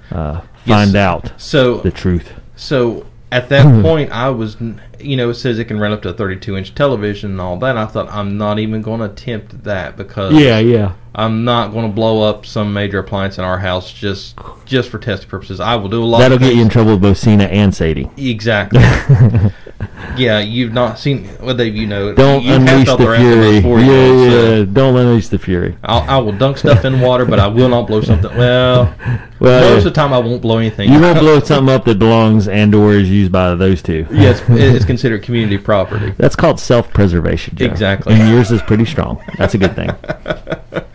Speaker 1: uh, find out
Speaker 2: So
Speaker 1: the truth.
Speaker 2: So at
Speaker 1: Hmm.
Speaker 2: that point, I was, you know, it says it can run up to a 32 inch television and all that. I thought I'm not even going to attempt that because
Speaker 1: Yeah, yeah.
Speaker 2: I'm not going to blow up some major appliance in our house just just for testing purposes. I will do a lot.
Speaker 1: That'll
Speaker 2: of
Speaker 1: get you in
Speaker 2: things-
Speaker 1: trouble with both Cena and Sadie.
Speaker 2: Exactly. yeah, you've not seen. Well, Dave, you know,
Speaker 1: Don't
Speaker 2: you
Speaker 1: unleash the
Speaker 2: felt wrath of
Speaker 1: fury.
Speaker 2: those four
Speaker 1: Yeah,
Speaker 2: years, so
Speaker 1: yeah. Don't unleash the fury.
Speaker 2: I'll, I will dunk stuff in water, but I will not blow something. Well, most
Speaker 1: Well,
Speaker 2: of the time I won't blow anything.
Speaker 1: Oh, you won't blow something up that belongs and/or is used by those two.
Speaker 2: yes, it's considered community property.
Speaker 1: That's called self-preservation. Joe.
Speaker 2: Exactly.
Speaker 1: And yours is pretty strong. That's a good thing.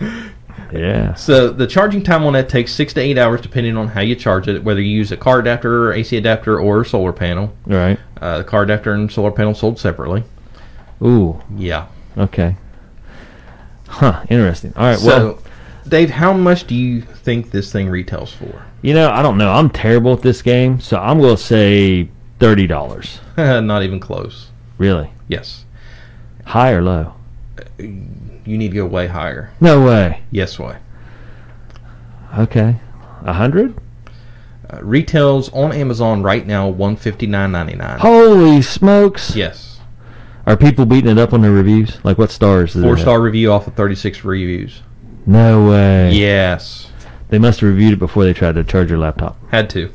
Speaker 1: yeah.
Speaker 2: So the charging time on that takes six to eight hours, depending on how you charge it, whether you use a car adapter, or AC adapter, or a solar panel.
Speaker 1: All right.
Speaker 2: Uh, the car adapter and solar panel sold separately.
Speaker 1: Ooh.
Speaker 2: Yeah.
Speaker 1: Okay. Huh. Interesting. All right. well,
Speaker 2: so, Dave, how much do you think this thing retails for?
Speaker 1: you know, I don't know. I'm terrible at this game, so I'm going to say thirty dollars.
Speaker 2: Not even close.
Speaker 1: Really?
Speaker 2: Yes.
Speaker 1: High or low?
Speaker 2: You need to go way higher.
Speaker 1: No way.
Speaker 2: Yes, way.
Speaker 1: Okay. A hundred?
Speaker 2: Uh, retails on Amazon right now one fifty nine ninety nine.
Speaker 1: Holy smokes!
Speaker 2: Yes.
Speaker 1: Are people beating it up on the reviews? Like what stars? does it
Speaker 2: Four
Speaker 1: have?
Speaker 2: star review off of thirty six reviews.
Speaker 1: No way.
Speaker 2: Yes.
Speaker 1: They must have reviewed it before they tried to charge your laptop.
Speaker 2: Had to.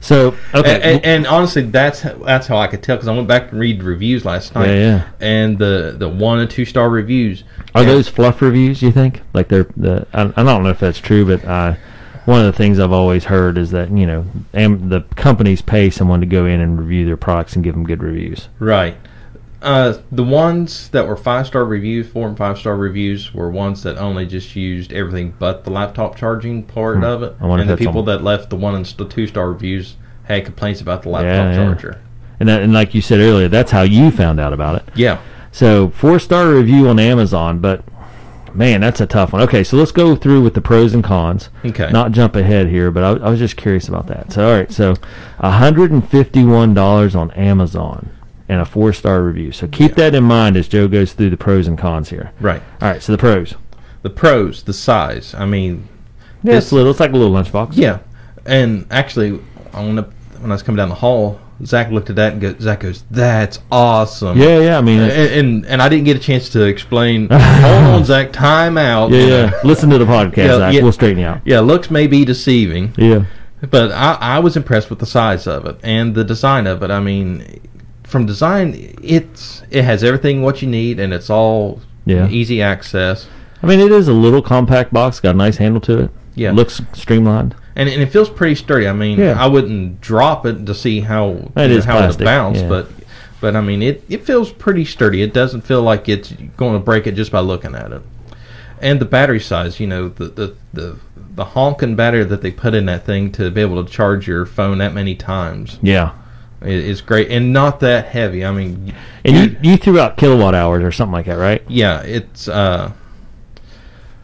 Speaker 1: So okay.
Speaker 2: and, and, and honestly, that's that's how I could tell because I went back and read reviews last night.
Speaker 1: Yeah, yeah.
Speaker 2: And the the one and two star reviews.
Speaker 1: Are
Speaker 2: and-
Speaker 1: those fluff reviews? You think? Like they're the? I, I don't know if that's true, but I, one of the things I've always heard is that you know, am, the companies pay someone to go in and review their products and give them good reviews.
Speaker 2: right? Uh, the ones that were five star reviews, four and five star reviews, were ones that only just used everything but the laptop charging part of it.
Speaker 1: Hmm. I wonder if
Speaker 2: and the
Speaker 1: that's
Speaker 2: people
Speaker 1: on-
Speaker 2: that left the one and st- two star reviews had complaints about the
Speaker 1: Yeah,
Speaker 2: laptop
Speaker 1: yeah.
Speaker 2: charger.
Speaker 1: And that, and like you said earlier, that's how you found out about it.
Speaker 2: Yeah.
Speaker 1: So four star review on Amazon, but man, that's a tough one. Okay, so let's go through with the pros and cons.
Speaker 2: Okay.
Speaker 1: Not jump ahead here, but I, I was just curious about that. So all right, so hundred and fifty one dollars on Amazon and a four star review. So keep that in mind as Joe goes through the pros and cons here.
Speaker 2: Right.
Speaker 1: All right, so the pros.
Speaker 2: The pros, the size. I mean,
Speaker 1: Yeah, it's little. It's like a little lunchbox.
Speaker 2: Yeah, and actually, on the, when I was coming down the hall, Zach looked at that and go, Zach goes, "That's awesome."
Speaker 1: Yeah, yeah. I mean,
Speaker 2: and, and and I didn't get a chance to explain. Hold on, Zach, time out.
Speaker 1: yeah, yeah. Listen to the podcast.
Speaker 2: Yeah,
Speaker 1: Zach.
Speaker 2: yeah.
Speaker 1: We'll straighten you out.
Speaker 2: Yeah, looks may be deceiving,
Speaker 1: Yeah.
Speaker 2: but I, I was impressed with the size of it and the design of it. I mean, from design, it's it has everything what you need, and it's all
Speaker 1: Yeah.
Speaker 2: easy access.
Speaker 1: I mean, it is a little compact box. Got a nice handle to it.
Speaker 2: Yeah.
Speaker 1: Looks streamlined.
Speaker 2: and, and it feels pretty sturdy. I mean,
Speaker 1: Yeah.
Speaker 2: I wouldn't drop it to see how
Speaker 1: It
Speaker 2: you know,
Speaker 1: is
Speaker 2: how
Speaker 1: plastic,
Speaker 2: it bounce,
Speaker 1: yeah.
Speaker 2: but but I mean, it it feels pretty sturdy. It doesn't feel like it's going to break it just by looking at it. And the battery size, you know, the the the, the honking battery that they put in that thing to be able to charge your phone that many times
Speaker 1: Yeah.
Speaker 2: i- is great, and not that heavy. I mean,
Speaker 1: And
Speaker 2: you-
Speaker 1: you, you threw out kilowatt hours or something like that, right?
Speaker 2: yeah, it's uh,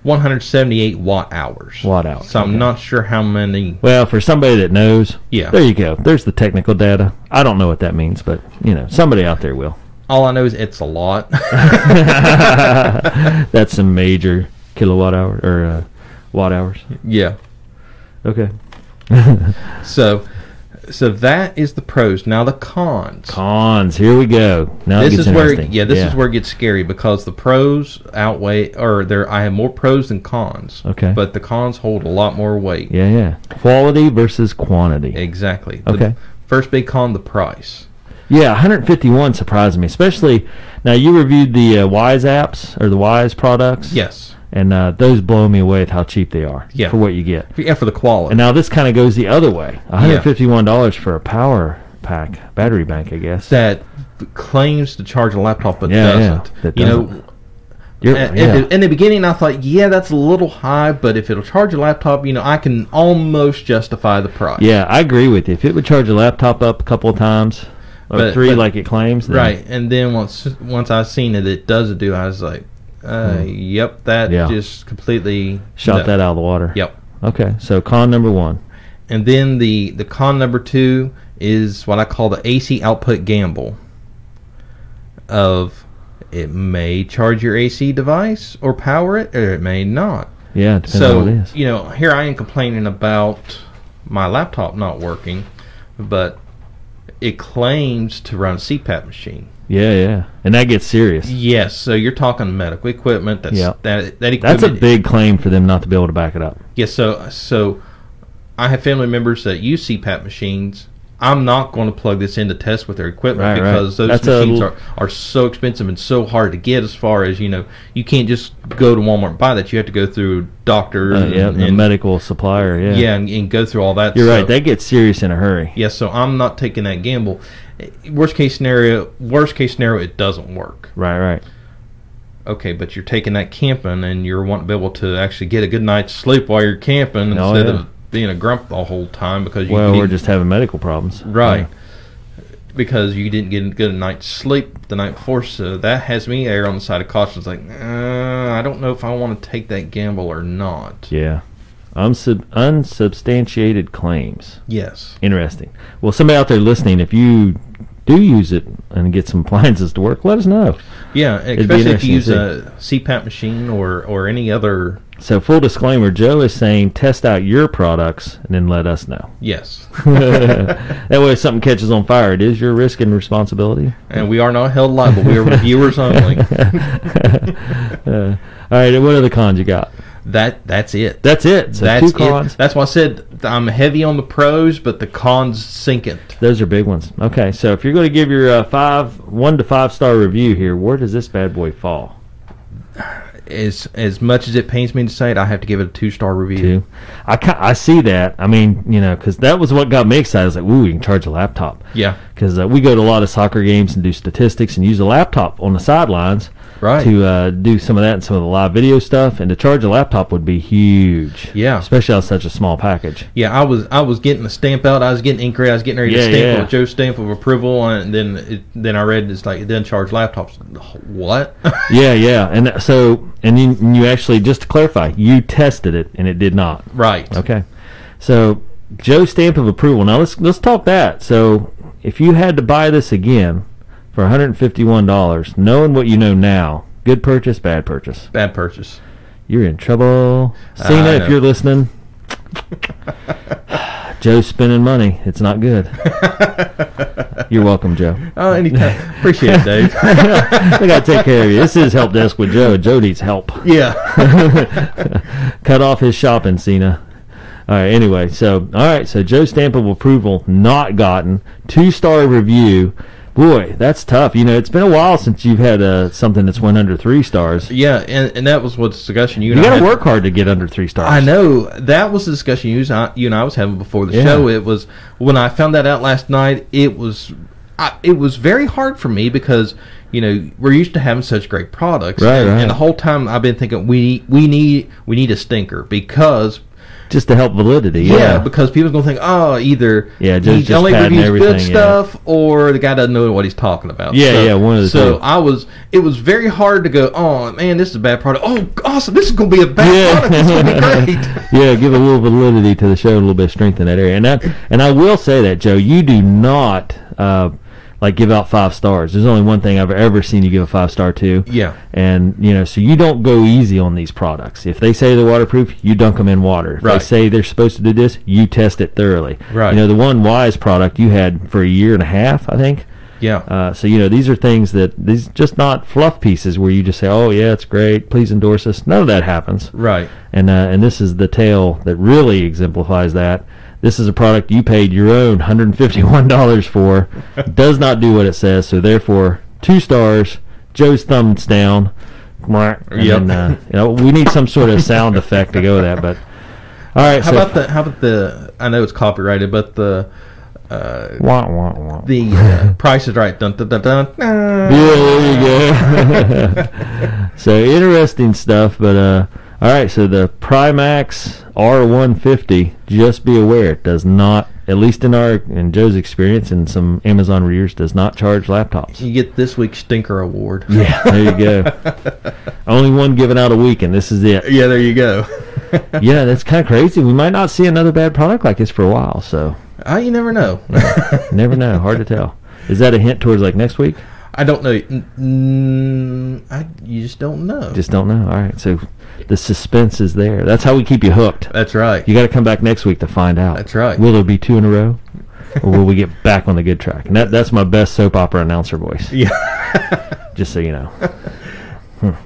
Speaker 2: 178 watt hours.
Speaker 1: Watt hours,
Speaker 2: So I'm
Speaker 1: okay.
Speaker 2: not sure how many.
Speaker 1: Well, for somebody that knows,
Speaker 2: Yeah.
Speaker 1: There you go. There's the technical data. I don't know what that means, but you know, somebody out there will.
Speaker 2: All I know is it's a lot.
Speaker 1: That's some major kilowatt hour or uh, watt hours.
Speaker 2: Yeah.
Speaker 1: Okay.
Speaker 2: So, so that is the pros. Now the cons.
Speaker 1: Cons. Here we go. Now it
Speaker 2: This
Speaker 1: gets
Speaker 2: is where
Speaker 1: interesting.
Speaker 2: yeah, this is where it gets scary because the pros outweigh or there I have more pros than cons.
Speaker 1: Okay.
Speaker 2: But the cons hold a lot more weight.
Speaker 1: Yeah, yeah. Quality versus quantity.
Speaker 2: Exactly. The
Speaker 1: Okay.
Speaker 2: First big con, the price.
Speaker 1: Yeah, 151 surprised me, especially now you reviewed the uh, Wise apps or the Wise products.
Speaker 2: Yes.
Speaker 1: And uh, those blow me away with how cheap they are
Speaker 2: Yeah.
Speaker 1: for what you get.
Speaker 2: Yeah, for the quality.
Speaker 1: And now this kind of goes the other way. One hundred fifty-one dollars for a power pack, battery bank, I guess.
Speaker 2: that claims to charge a laptop but
Speaker 1: Yeah, yeah,
Speaker 2: doesn't.
Speaker 1: that
Speaker 2: you know,
Speaker 1: doesn't. You're-
Speaker 2: And-
Speaker 1: yeah.
Speaker 2: and in the beginning, I thought, yeah, that's a little high, but if it'll charge your laptop, you know, I can almost justify the price.
Speaker 1: yeah, I agree with you. If it would charge a laptop up a couple of times, or
Speaker 2: But-
Speaker 1: three
Speaker 2: but-
Speaker 1: like it claims, then
Speaker 2: Right, and then once once I seen it, it does do. I was like, uh, "Yep, that
Speaker 1: Hmm. Yeah.
Speaker 2: just completely
Speaker 1: shot
Speaker 2: no.
Speaker 1: that out of the water.
Speaker 2: Yep.
Speaker 1: Okay, so con number one.
Speaker 2: And then the the con number two is what I call the AC output gamble. Of it may charge your AC device or power it, or it may not.
Speaker 1: Yeah, it depends on
Speaker 2: so
Speaker 1: what it is.
Speaker 2: you know, here I am complaining about my laptop not working, but it claims to run a CPAP machine.
Speaker 1: Yeah, yeah. And that gets serious.
Speaker 2: Yes, so you're talking medical equipment. That's
Speaker 1: Yeah.
Speaker 2: that that equipment.
Speaker 1: That's a big claim for them not to be able to back it up.
Speaker 2: Yes, so so I have family members that use CPAP machines. I'm not going to plug this in to test with their equipment
Speaker 1: Right, right.
Speaker 2: because those
Speaker 1: That's a
Speaker 2: machines
Speaker 1: l-
Speaker 2: are, are so expensive and so hard to get. As far as you know, you can't just go to Walmart and buy that. You have to go through doctors.
Speaker 1: Uh, yeah,
Speaker 2: and,
Speaker 1: the
Speaker 2: Mm-hmm. and-
Speaker 1: medical supplier. Yeah,
Speaker 2: yeah, and, and go through all that.
Speaker 1: You're right.
Speaker 2: So-
Speaker 1: They get serious in a hurry.
Speaker 2: yeah, so I'm not taking that gamble. Worst case scenario, worst case scenario, it doesn't work.
Speaker 1: Right, right.
Speaker 2: Okay, but you're taking that camping and you're wanting to be able to actually get a good night's sleep while you're camping
Speaker 1: Oh,
Speaker 2: instead
Speaker 1: yeah.
Speaker 2: of being a grump the whole time because you
Speaker 1: Well,
Speaker 2: didn't-
Speaker 1: we're just having medical problems.
Speaker 2: right because you didn't get a good night's sleep the night before. So that has me err on the side of caution. It's like uh, I don't know if I want to take that gamble or not.
Speaker 1: Yeah. Unsub- unsubstantiated claims.
Speaker 2: Yes,
Speaker 1: Interesting. Well, somebody out there listening, if you do use it and get some appliances to work, let us know.
Speaker 2: yeah,
Speaker 1: be
Speaker 2: especially if you use
Speaker 1: interesting
Speaker 2: a CPAP machine or or any other
Speaker 1: So, full disclaimer Joe is saying test out your products and then let us know.
Speaker 2: yes.
Speaker 1: that way, if something catches on fire, it is your risk and responsibility.
Speaker 2: and we are not held liable. We are reviewers only.
Speaker 1: Uh, all right, and what other cons you got?
Speaker 2: That that's it.
Speaker 1: That's it. So,
Speaker 2: That's
Speaker 1: two cons.
Speaker 2: it. That's why I said th- I'm heavy on the pros, but the cons sink it.
Speaker 1: Those are big ones. Okay, so if you're going to give your uh, five, one to five star review here, where does this bad boy fall?
Speaker 2: As as much as it pains me to say it, I have to give it a two star review.
Speaker 1: too. I ca- I see that. I mean, you know, because that was what got me excited. I was like, "Ooh, we can charge a laptop."
Speaker 2: Yeah,
Speaker 1: Because uh, we go to a lot of soccer games and do statistics and use a laptop on the sidelines
Speaker 2: Right.
Speaker 1: to uh, do some of that and some of the live video stuff. And to charge a laptop would be huge.
Speaker 2: Yeah.
Speaker 1: especially on such a small package.
Speaker 2: yeah. I was I was getting the stamp out. I was getting ink ready. I was getting ready
Speaker 1: Yeah,
Speaker 2: to stamp
Speaker 1: yeah.
Speaker 2: with Joe's stamp of approval, and then it, then I read it's like it doesn't charge laptops. What?
Speaker 1: yeah, yeah. And that- so, and you, and you actually just to clarify, you tested it and it did not.
Speaker 2: right.
Speaker 1: Okay. So Joe's stamp of approval. Now let's let's talk that. So if you had to buy this again for $151, knowing what you know now, good purchase, bad purchase.
Speaker 2: Bad purchase.
Speaker 1: You're in trouble.
Speaker 2: I
Speaker 1: Cena,
Speaker 2: know.
Speaker 1: if you're listening. Joe's spending money. It's not good. You're welcome, Joe.
Speaker 2: Oh, anytime. Appreciate it, Dave.
Speaker 1: I gotta take care of you. This is help desk with Joe. Joe needs help.
Speaker 2: yeah.
Speaker 1: Cut off his shopping, Cena. All right. Anyway, so all right. So Joe stamp of approval not gotten. Two star review. Boy, that's tough. You know, it's been a while since you've had uh, something that's went under three stars.
Speaker 2: Yeah, and, and that was what discussion you,
Speaker 1: You
Speaker 2: and I
Speaker 1: got to
Speaker 2: had.
Speaker 1: work hard to get under three stars.
Speaker 2: I know that was the discussion you and I, you and I was having before the
Speaker 1: Yeah.
Speaker 2: show. It was when I found that out last night. It was, I, it was very hard for me because you know we're used to having such great products,
Speaker 1: Right,
Speaker 2: and,
Speaker 1: right.
Speaker 2: and the whole time I've been thinking we we need we need a stinker because
Speaker 1: just to help validity.
Speaker 2: yeah,
Speaker 1: Yeah.
Speaker 2: because people's gonna think oh either
Speaker 1: Yeah, just-
Speaker 2: he
Speaker 1: just
Speaker 2: only
Speaker 1: padding
Speaker 2: reviews
Speaker 1: everything,
Speaker 2: good
Speaker 1: yeah.
Speaker 2: stuff or the guy doesn't know what he's talking about.
Speaker 1: Yeah,
Speaker 2: so,
Speaker 1: yeah, one of the
Speaker 2: So
Speaker 1: two.
Speaker 2: I was it was very hard to go oh man this is a bad product oh awesome this is gonna be a bad product it's gonna be great.
Speaker 1: yeah, give a little validity to the show, a little bit of strength in that area. And that, and I will say that, Joe, you do not uh, like give out five stars. There's only one thing I've ever seen you give a five star to.
Speaker 2: Yeah.
Speaker 1: and you know, so you don't go easy on these products. If they say they're waterproof, you dunk them in water. If
Speaker 2: Right.
Speaker 1: they say they're supposed to do this, you test it thoroughly.
Speaker 2: Right.
Speaker 1: You know, the one Wise product you had for a year and a half, I think.
Speaker 2: Yeah.
Speaker 1: Uh, so you know these are things that these just not fluff pieces where you just say, "Oh yeah, it's great. Please endorse us." None of that happens.
Speaker 2: Right.
Speaker 1: and uh, and this is the tale that really exemplifies that. This is a product you paid your own $151 for, does not do what it says, so therefore two stars. Joe's thumbs down. Mwah. And
Speaker 2: Yep.
Speaker 1: then, uh, you know, we need some sort of sound effect to go with that. But all right,
Speaker 2: How
Speaker 1: so
Speaker 2: about the how about the I know it's copyrighted, but the uh,
Speaker 1: Wah, wah, wah.
Speaker 2: the uh, Price is Right dun dun dun dun. dun.
Speaker 1: Yeah, there you go. so interesting stuff, but uh, all right. So the Primax R150, just be aware, it does not, at least in our in Joe's experience and some Amazon readers, does not charge laptops.
Speaker 2: You get this week's stinker award.
Speaker 1: Yeah, there you go. Only one given out a week, and this is it.
Speaker 2: Yeah, there you go.
Speaker 1: Yeah, that's kind of crazy. We might not see another bad product like this for a while, so
Speaker 2: Ah, you never know.
Speaker 1: never know. Hard to tell. Is that a hint towards like next week?
Speaker 2: I don't know. Mm, I I you just don't know.
Speaker 1: Just don't know. All right, so the suspense is there. That's how we keep you hooked.
Speaker 2: That's right.
Speaker 1: You got to come back next week to find out.
Speaker 2: That's right.
Speaker 1: Will there be two in a row, or will we get back on the good track? And that, that's my best soap opera announcer voice.
Speaker 2: yeah.
Speaker 1: Just so you know.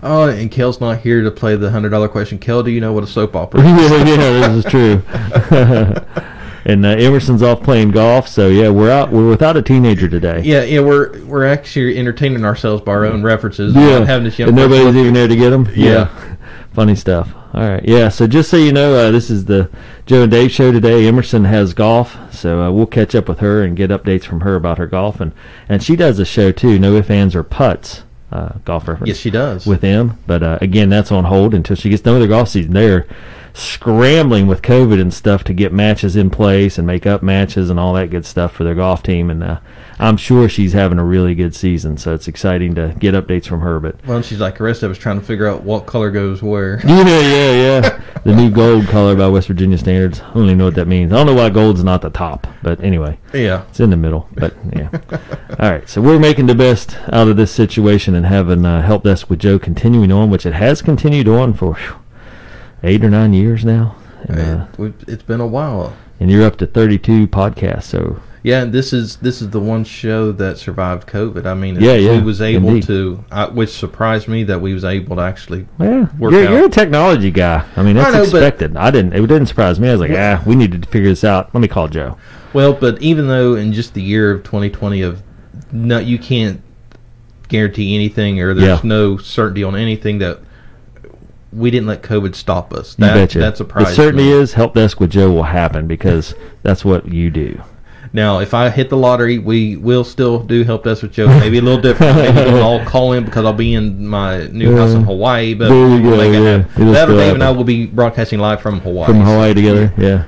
Speaker 2: Oh, and Kel's not here to play the hundred dollar question. Kel, do you know what a soap opera? is?
Speaker 1: yeah, yeah, this is true. and uh, Emerson's off playing golf, so yeah, we're out. We're without a teenager today.
Speaker 2: Yeah, yeah, we're we're actually entertaining ourselves by our own references.
Speaker 1: Yeah,
Speaker 2: not having this young
Speaker 1: and
Speaker 2: person-
Speaker 1: nobody's even there to get them.
Speaker 2: Yeah.
Speaker 1: funny stuff. All right, yeah. So just so you know, uh, this is the Joe and Dave show today. Emerson has golf, so uh, we'll catch up with her and get updates from her about her golf, and and she does a show too. No ifs, ands, or puts. Uh, golf reference
Speaker 2: Yes, she does.
Speaker 1: with them, but uh, again, that's on hold until she gets done with her golf season. They're scrambling with COVID and stuff to get matches in place and make up matches and all that good stuff for their golf team. And uh, I'm sure she's having a really good season, so it's exciting to get updates from her. But
Speaker 2: well, and she's like the rest of us trying to figure out what color goes where.
Speaker 1: yeah, yeah, yeah, the new gold color by West Virginia standards. I don't even know what that means. I don't know why gold's not the top, but anyway.
Speaker 2: yeah.
Speaker 1: It's in the middle, but yeah. All right, so we're making the best out of this situation and having uh, help desk with Joe continuing on, which it has continued on for whew, eight or nine years now, and, uh,
Speaker 2: And we've, it's been a while.
Speaker 1: and you're up to 32 podcasts. So
Speaker 2: Yeah, and this is this is the one show that survived COVID. I mean,
Speaker 1: Yeah, yeah,
Speaker 2: we was able
Speaker 1: indeed.
Speaker 2: to, I, which surprised me that we was able to actually.
Speaker 1: yeah,
Speaker 2: Work
Speaker 1: you're,
Speaker 2: out.
Speaker 1: you're a technology guy. I mean,
Speaker 2: I
Speaker 1: that's
Speaker 2: know, but-
Speaker 1: expected. I didn't. It didn't surprise me. I was like, ah, we needed to figure this out. Let me call Joe.
Speaker 2: Well, but even though in just the year of 2020 of, no, you can't guarantee anything or there's
Speaker 1: Yeah.
Speaker 2: no certainty on anything that we didn't let COVID stop us.
Speaker 1: You
Speaker 2: That,
Speaker 1: betcha.
Speaker 2: That surprised
Speaker 1: It certainly
Speaker 2: me.
Speaker 1: is. Help desk with Joe will happen because that's what you do.
Speaker 2: Now, if I hit the lottery, we will still do help desk with Joe. Maybe a little different. Maybe we'll all call in because I'll be in my new house in Hawaii. But
Speaker 1: There you go,
Speaker 2: we'll make it
Speaker 1: yeah.
Speaker 2: happen.
Speaker 1: It'll
Speaker 2: that or
Speaker 1: still
Speaker 2: Dave and I
Speaker 1: happen.
Speaker 2: will be broadcasting live from Hawaii.
Speaker 1: From Hawaii together, yeah.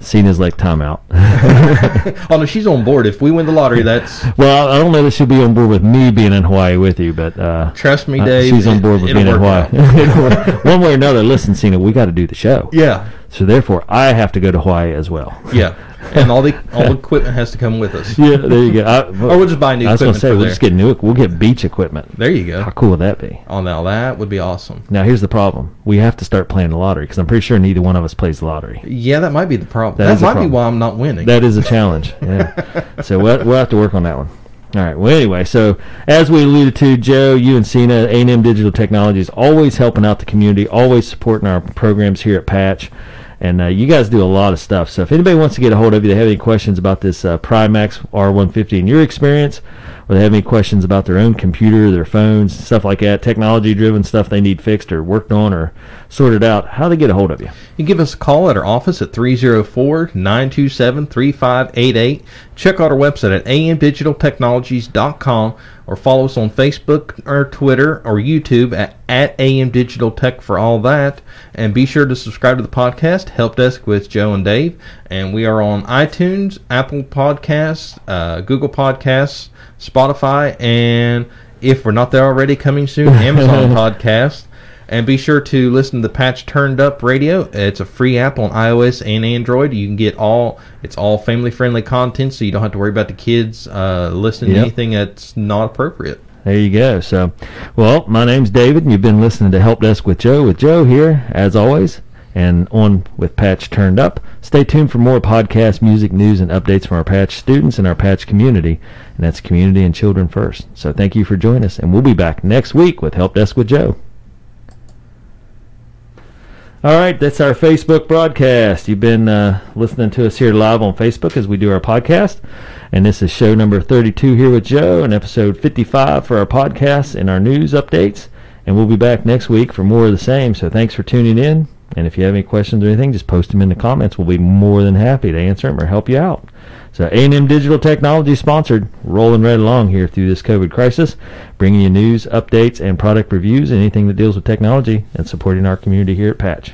Speaker 1: Seen as like timeout.
Speaker 2: oh no, she's on board. If we win the lottery, that's
Speaker 1: Well, I I don't know that she'll be on board with me being in Hawaii with you, but uh,
Speaker 2: trust me,
Speaker 1: uh,
Speaker 2: Dave.
Speaker 1: she's on board with
Speaker 2: it- it'll
Speaker 1: being in
Speaker 2: work
Speaker 1: Hawaii.
Speaker 2: out.
Speaker 1: It'll work. One way or another, listen, Cena, we got to do the show.
Speaker 2: Yeah,
Speaker 1: So therefore, I have to go to Hawaii as well.
Speaker 2: yeah, and all the all the equipment has to come with us.
Speaker 1: Yeah, there you go. I,
Speaker 2: Or we'll just buy new
Speaker 1: I was gonna
Speaker 2: equipment
Speaker 1: say
Speaker 2: for
Speaker 1: we'll
Speaker 2: there.
Speaker 1: just get new. We'll get beach equipment.
Speaker 2: There you go.
Speaker 1: How cool would that be?
Speaker 2: Oh, now that would be awesome.
Speaker 1: Now here's the problem: we have to start playing the lottery because I'm pretty sure neither one of us plays the lottery.
Speaker 2: Yeah, that might be the problem.
Speaker 1: That
Speaker 2: That,
Speaker 1: is the
Speaker 2: might
Speaker 1: problem.
Speaker 2: be why I'm not winning.
Speaker 1: That is a challenge. Yeah. so we'll, we'll have to work on that one. All right. Well, anyway, so as we alluded to, Joe, you and Cena, A&M Digital Technologies, always helping out the community, always supporting our programs here at Patch. And uh, you guys do a lot of stuff. So if anybody wants to get a hold of you, they have any questions about this uh, Primax R150 and your experience, or they have any questions about their own computer, their phones, stuff like that, technology-driven stuff they need fixed or worked on or sorted out, how do they get a hold of you?
Speaker 2: You can give us a call at our office at 304-927-3588. Check out our website at amdigitaltechnologies.com or follow us on Facebook or Twitter or YouTube at, at AM Digital Tech for all that. And be sure to subscribe to the podcast, Help Desk with Joe and Dave. And we are on iTunes, Apple Podcasts, uh, Google Podcasts, Spotify, and if we're not there already, coming soon, Amazon Podcasts. And be sure to listen to the Patch Turned Up Radio. It's a free app on iOS and Android. You can get all it's all family friendly content, so you don't have to worry about the kids uh, listening
Speaker 1: Yep.
Speaker 2: to anything that's not appropriate.
Speaker 1: There you go. So, well, my name's David, and you've been listening to Help Desk with Joe, with Joe here, as always, and on with Patch Turned Up. Stay tuned for more podcast, music, news, and updates from our Patch students and our Patch community, and that's community and children first. So, thank you for joining us, and we'll be back next week with Help Desk with Joe. All right, that's our Facebook broadcast. You've been uh, listening to us here live on Facebook as we do our podcast. And this is show number 32 here with Joe and episode 55 for our podcast and our news updates. And we'll be back next week for more of the same. So thanks for tuning in. And if you have any questions or anything, just post them in the comments. We'll be more than happy to answer them or help you out. So A&M Digital Technology sponsored, rolling right along here through this COVID crisis, bringing you news, updates, and product reviews, anything that deals with technology, and supporting our community here at Patch.